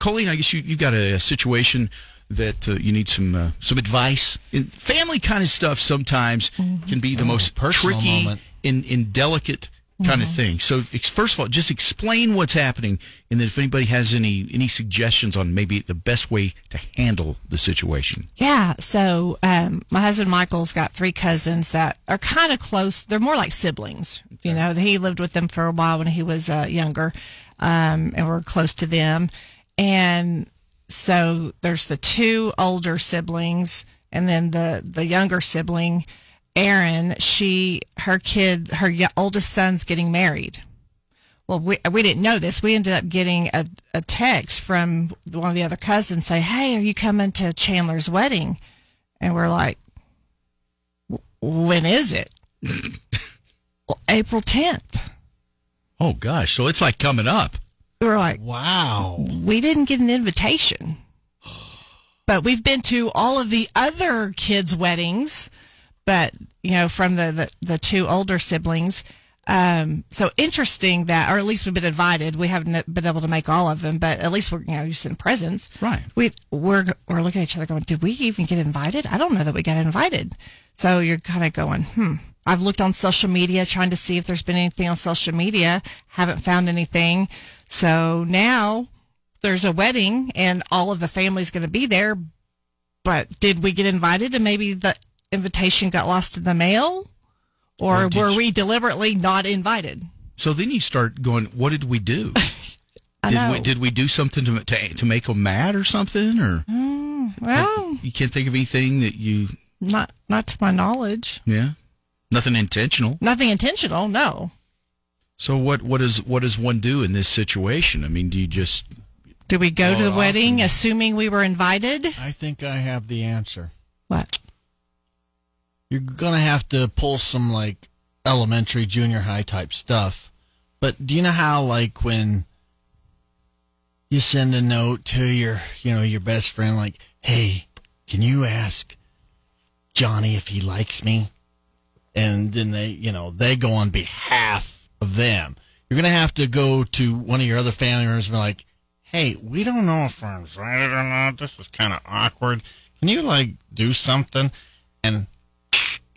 Colleen, I guess you, you've got a, situation that uh, you need some uh, some advice. In, family kind of stuff sometimes can be the most Mm-hmm. personal tricky moment. Mm-hmm. and, and delicate kind of thing. So ex- first of all, just explain what's happening, and then if anybody has any any suggestions on maybe the best way to handle the situation. Yeah. So um, my husband Michael's got three cousins that are kind of close. They're more like siblings. You know, he lived with them for a while when he was uh, younger, um, and we're close to them. And so there's the two older siblings, and then the the younger sibling, Erin. She her kid her y- oldest son's getting married well, we, we didn't know this. We ended up getting a, a text from one of the other cousins say, Hey, are you coming to Chandler's wedding? And we're like, "W- When is it? well, April 10th. Oh gosh, so it's like coming up. We were like, Wow. We didn't get an invitation. But we've been to all of the other kids' weddings, but, you know, from the, the, the two older siblings. Um, so interesting that, or at least we've been invited. We haven't been able to make all of them, but at least we're, you know, you send presents. Right. We, we're, we're looking at each other going, did we even get invited? I don't know that we got invited. So you're kind of going, hmm. I've looked on social media trying to see if there's been anything on social media. Haven't found anything. So now there's a wedding and all of the family's going to be there. But did we get invited and maybe the invitation got lost in the mail? Or, Or did were you- we deliberately not invited? So then you start going, what did we do? I did know. we did we do something to, to to make them mad or something or Mm, Mm. well, you can't think of anything that you not not to my knowledge. yeah nothing intentional Nothing intentional, no. so what what is what does one do in this situation i mean do you just Did we go Oh, to the often- wedding assuming we were invited? I think I have the answer. What? You're going to have to pull some like elementary, junior high type stuff. But do you know how like when you send a note to your, you know, your best friend like, "Hey, can you ask Johnny if he likes me?" And then they, you know, they go on behalf of them. You're going to have to go to one of your other family members and be like, hey, we don't know if we're invited or not. This is kind of awkward. Can you like do something and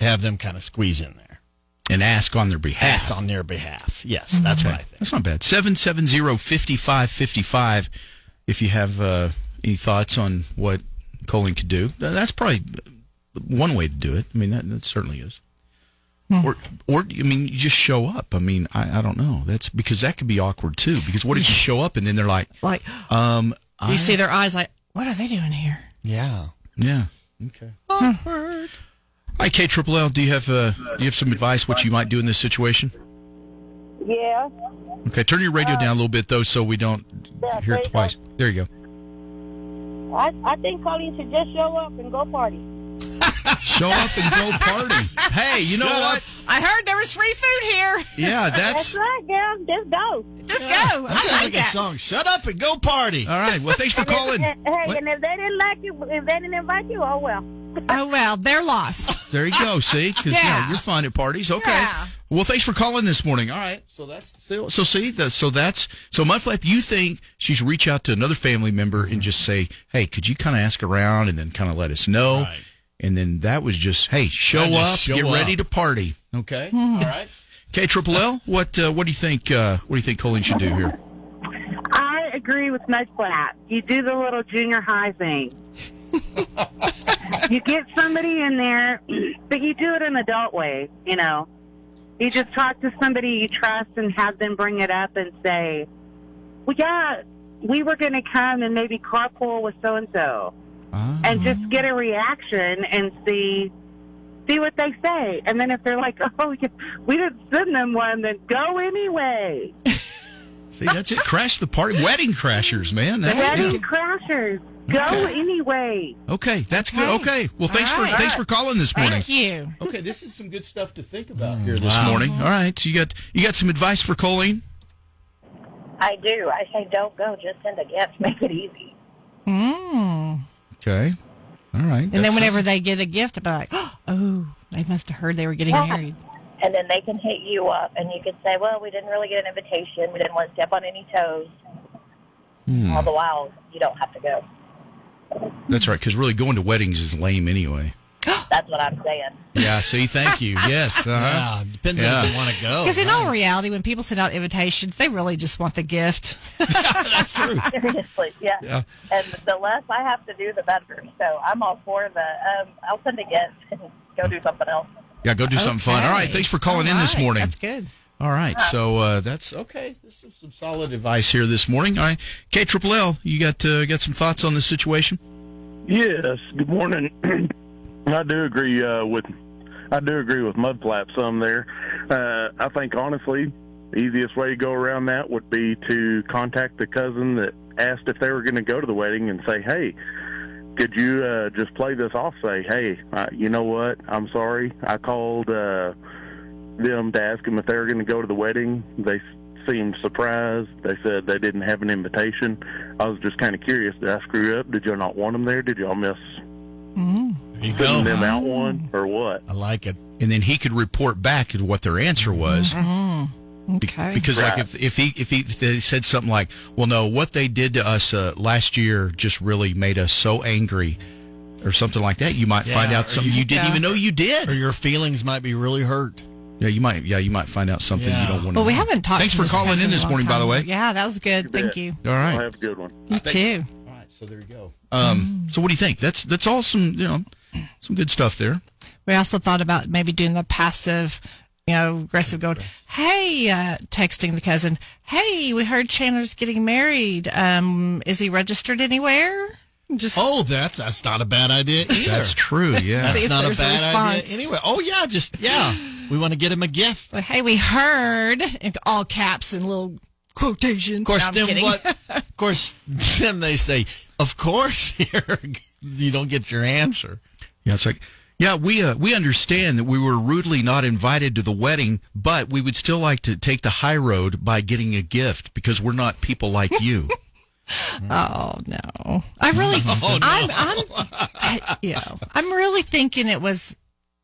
have them kind of squeeze in there? and ask on their behalf Pass on their behalf. Yes, that's Mm-hmm. what I think. that's not bad 770-5555 if you have uh, any thoughts on what colin could do Th- that's probably one way to do it i mean that, that certainly is or, or I mean, you just show up. I mean, I, I don't know. That's because that could be awkward too. Because what if you show up and then they're like, Like um, you see their eyes like, what are they doing here? Yeah. Yeah. Okay. Hi, K Triple L. Do you have uh, do you have some advice what you might do in this situation? Yeah. Okay, turn your radio down a little bit though, so we don't Yeah, hear there it you twice. There you go. I, I think Colleen should just show up and go party. Show up and go party. Hey, you know what? I heard there was free food here. Yeah, That's that's all right, girl. Just go. Just go. That sounds I like like a that. song. Shut up and go party. right. Well, thanks for calling. Hey, What? and if they didn't like you, if they didn't invite you, oh well. Oh well, they're lost. There you go. See, because yeah. Yeah. you're fine at parties. Okay. Yeah. Well, thanks for calling this morning. All right. So that's so see that so that's so Mudflap. You think she should reach out to another family member and just say, "Hey, could you kind of ask around and then kind of let us know?" Right. And then that was just, "Hey, show Kinda up, show get up." ready to party." Okay. Mm-hmm. All right. Okay, Triple L. What uh, what do you think? Uh, what do you think Colleen should do here? I agree with Mud Flat. You do the little junior high thing. you get somebody in there, but you do it an adult way, you know. You just talk to somebody you trust and have them bring it up and say, well, yeah, we were going to come and maybe carpool with so and so Ah. and just get a reaction and see see what they say. And then if they're like, "Oh, yeah, we didn't send them one," then go anyway. See, that's it. Crash the party. Wedding crashers, man. That's Wedding it. crashers, go Okay. anyway. Okay, that's good. Okay. Okay. Well, thanks All for right. thanks for calling this morning. Thank you. Okay, this is some good stuff to think about here this morning. All right, so you got you got some advice for Colleen? I do. I say don't go. Just send a gift. Make it easy. Okay. All right. And then whenever they get a gift, I'll be like, oh, they must have heard they were getting Yeah. married. And then they can hit you up, and you can say, "Well, we didn't really get an invitation. We didn't want to step on any toes." All the while, you don't have to go. That's right, because really going to weddings is lame anyway. That's what I'm saying. Yeah. See, thank you. Yes. Uh-huh. Yeah, depends on if Yeah. they want to go. Because in all reality, when people send out invitations, they really just want the gift. That's true. Seriously, yeah. Yeah. And the less I have to do, the better. So I'm all for the. Um, I'll send a gift and go do something else. Yeah. Go do something fun. All right. Okay. Thanks for calling All in this right, morning. That's good. All right. So uh, that's okay. This is some solid advice here this morning. All right. K Triple L, you got uh, got some thoughts on this situation? Yes. Good morning. I do agree uh, with I do agree with Mudflap some there. Uh, I think honestly, the easiest way to go around that would be to contact the cousin that asked if they were going to go to the wedding and say, "Hey, could you uh, just play this off? Say, hey, uh, you know what? I'm sorry. I called uh, them to ask them if they were going to go to the wedding. They s- seemed surprised. They said they didn't have an invitation. I was just kind of curious. Did I screw up? Did y'all not want them there? Did y'all miss There you sending them go. out one or what? I like it. And then he could report back at what their answer was. Okay. Because like Right. if if he if he if they said something like, "Well, no, what they did to us uh, last year just really made us so angry," or something like that, you might Yeah, find out or something you- you, didn't Yeah. even know you did. Or your feelings might be really hurt. yeah, you might. Yeah, you might find out something you Yeah. don't want. Well, to we know. haven't talked. Thanks to for calling person in a this long morning, by time. the way. Yeah, that was good. Thank you. All Y'all right. have a good one. You too. All right. So there you go. Um. Mm. So what do you think? That's that's all some you know some good stuff there. We also thought about maybe doing the passive, you know, aggressive going, hey, uh, texting the cousin, hey, we heard Chandler's getting married. Um, is he registered anywhere? Just Oh, that's that's not a bad idea either. That's true. Yeah. See That's if not a there's a bad response. idea anyway. Oh yeah, just yeah. We want to get him a gift. like, hey, we heard, in all caps and little quotations. Of course, no, I'm then kidding. what? Of course, then they say, "Of course, you're, you don't get your answer." Yeah, it's like, yeah, we uh, we understand that we were rudely not invited to the wedding, but we would still like to take the high road by getting a gift because we're not people like you. Oh no! I really, Oh, I'm, I'm, you know, I'm really thinking it was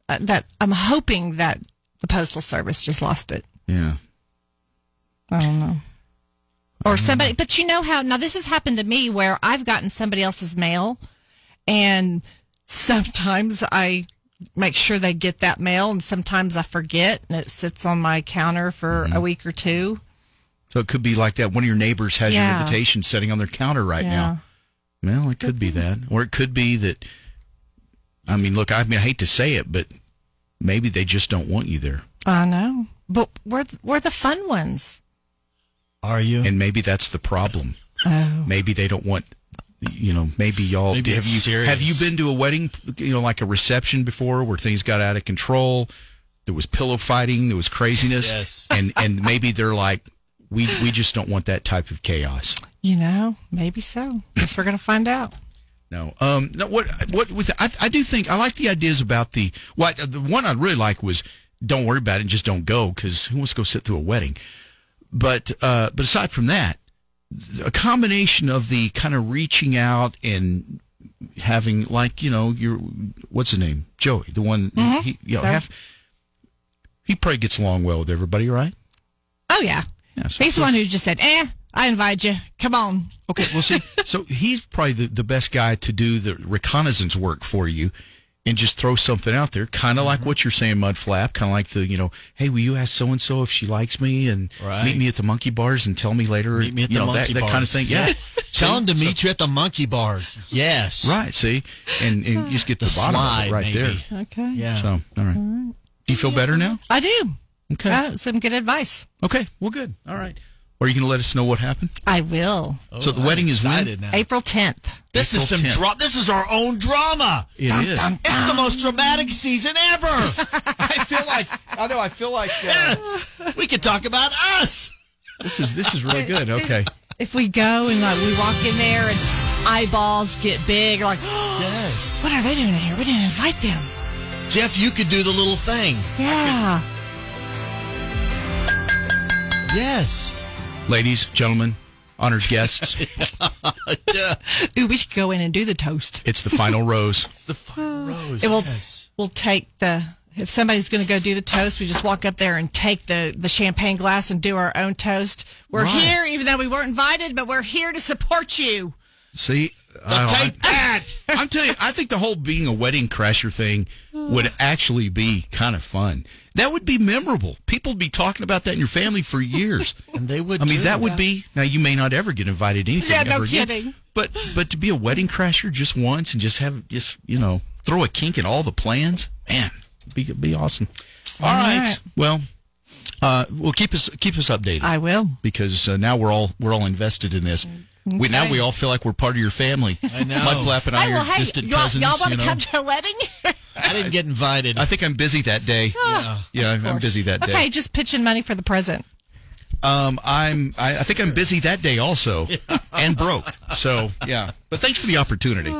uh, that. I'm hoping that the postal service just lost it. yeah. I don't know. Or Mm-hmm. somebody, but you know how now this has happened to me where I've gotten somebody else's mail, and sometimes I make sure they get that mail, and sometimes I forget, and it sits on my counter for Mm-hmm. a week or two. So it could be like that. One of your neighbors has your Yeah. invitation sitting on their counter right Yeah. now. Well, it could be that, or it could be that. I mean, look, I mean, I hate to say it, but maybe they just don't want you there, I know, but we're we're the fun ones. Are you? and maybe that's the problem. Oh. Maybe they don't want. You know, maybe y'all Maybe have it's you serious. have you been to a wedding, you know, like a reception before where things got out of control. There was pillow fighting. There was craziness. Yes. and and maybe they're like, we we just don't want that type of chaos. You know, maybe so. Guess we're gonna find out. No. Um. No. What? What? With I, I do think I like the ideas about the what. uh, The one I really like was don't worry about it, and just don't go because who wants to go sit through a wedding? But uh, but aside from that, a combination of the kind of reaching out and having like you know your what's his name Joey the one he you know Joey. half, he probably gets along well with everybody right Oh yeah, yeah so- he's the one who just said, "Eh, I invite you. Come on." Okay, well, see, so he's probably the, the best guy to do the reconnaissance work for you and just throw something out there, kind of Mm-hmm. like what you're saying, Mud Flap, kind of like the, you know, hey, will you ask so and so if she likes me and Right. meet me at the monkey bars and tell me later? Meet me at you the know, monkey that, that kind of bars. thing. Yeah. Tell him to meet you at the monkey bars. Yes. right, see? And, and you just get to The the, bottom of slide, it right maybe. there. Okay. Yeah. So, all right. Do you feel better now? I do. Okay. Uh, some good advice. Okay, well, good. All right. Are you going to let us know what happened? I will. so the wedding is when? Oh, excited now. April 10th. This is April some 10th. drama. This is our own drama. It is. It's the most dramatic season ever. I feel like, uh, I know, I feel like. yes. We could talk about us. This is this is really good. Okay. If we go and like we walk in there and eyeballs get big, like, Yes. what are they doing in here? We didn't invite them. Jeff, you could do the little thing. Yeah. Yes. Ladies, gentlemen, honored guests, Ooh, we should go in and do the toast. it's the final rose. It's the fun rose. It will yes. we'll take the if somebody's going to go do the toast, we just walk up there and take the the champagne glass and do our own toast. We're Right. here, even though we weren't invited, but we're here to support you. See, Now I- take that. I'm telling you, I think the whole being a wedding crasher thing would actually be kind of fun. That would be memorable. People would be talking about that in your family for years. And they would. I mean, too. that would be now. You may not ever get invited to anything Yeah, ever no again. kidding. But but to be a wedding crasher just once and just have just you know throw a kink in all the plans, man, be be awesome. all right. right. Well, uh, well keep us keep us updated I will. because uh, now we're all we're all invested in this. We now we all feel like we're part of your family. I know. Mudflap and I, Hey, are well, hey, distant y'all, cousins. y'all want you to know? come to a wedding? I didn't get invited. I think I'm busy that day. Yeah, yeah, I'm, I'm busy that okay, day. just pitching money for the present. Um, I'm I, I think I'm busy that day also, and broke. So yeah, but thanks for the opportunity.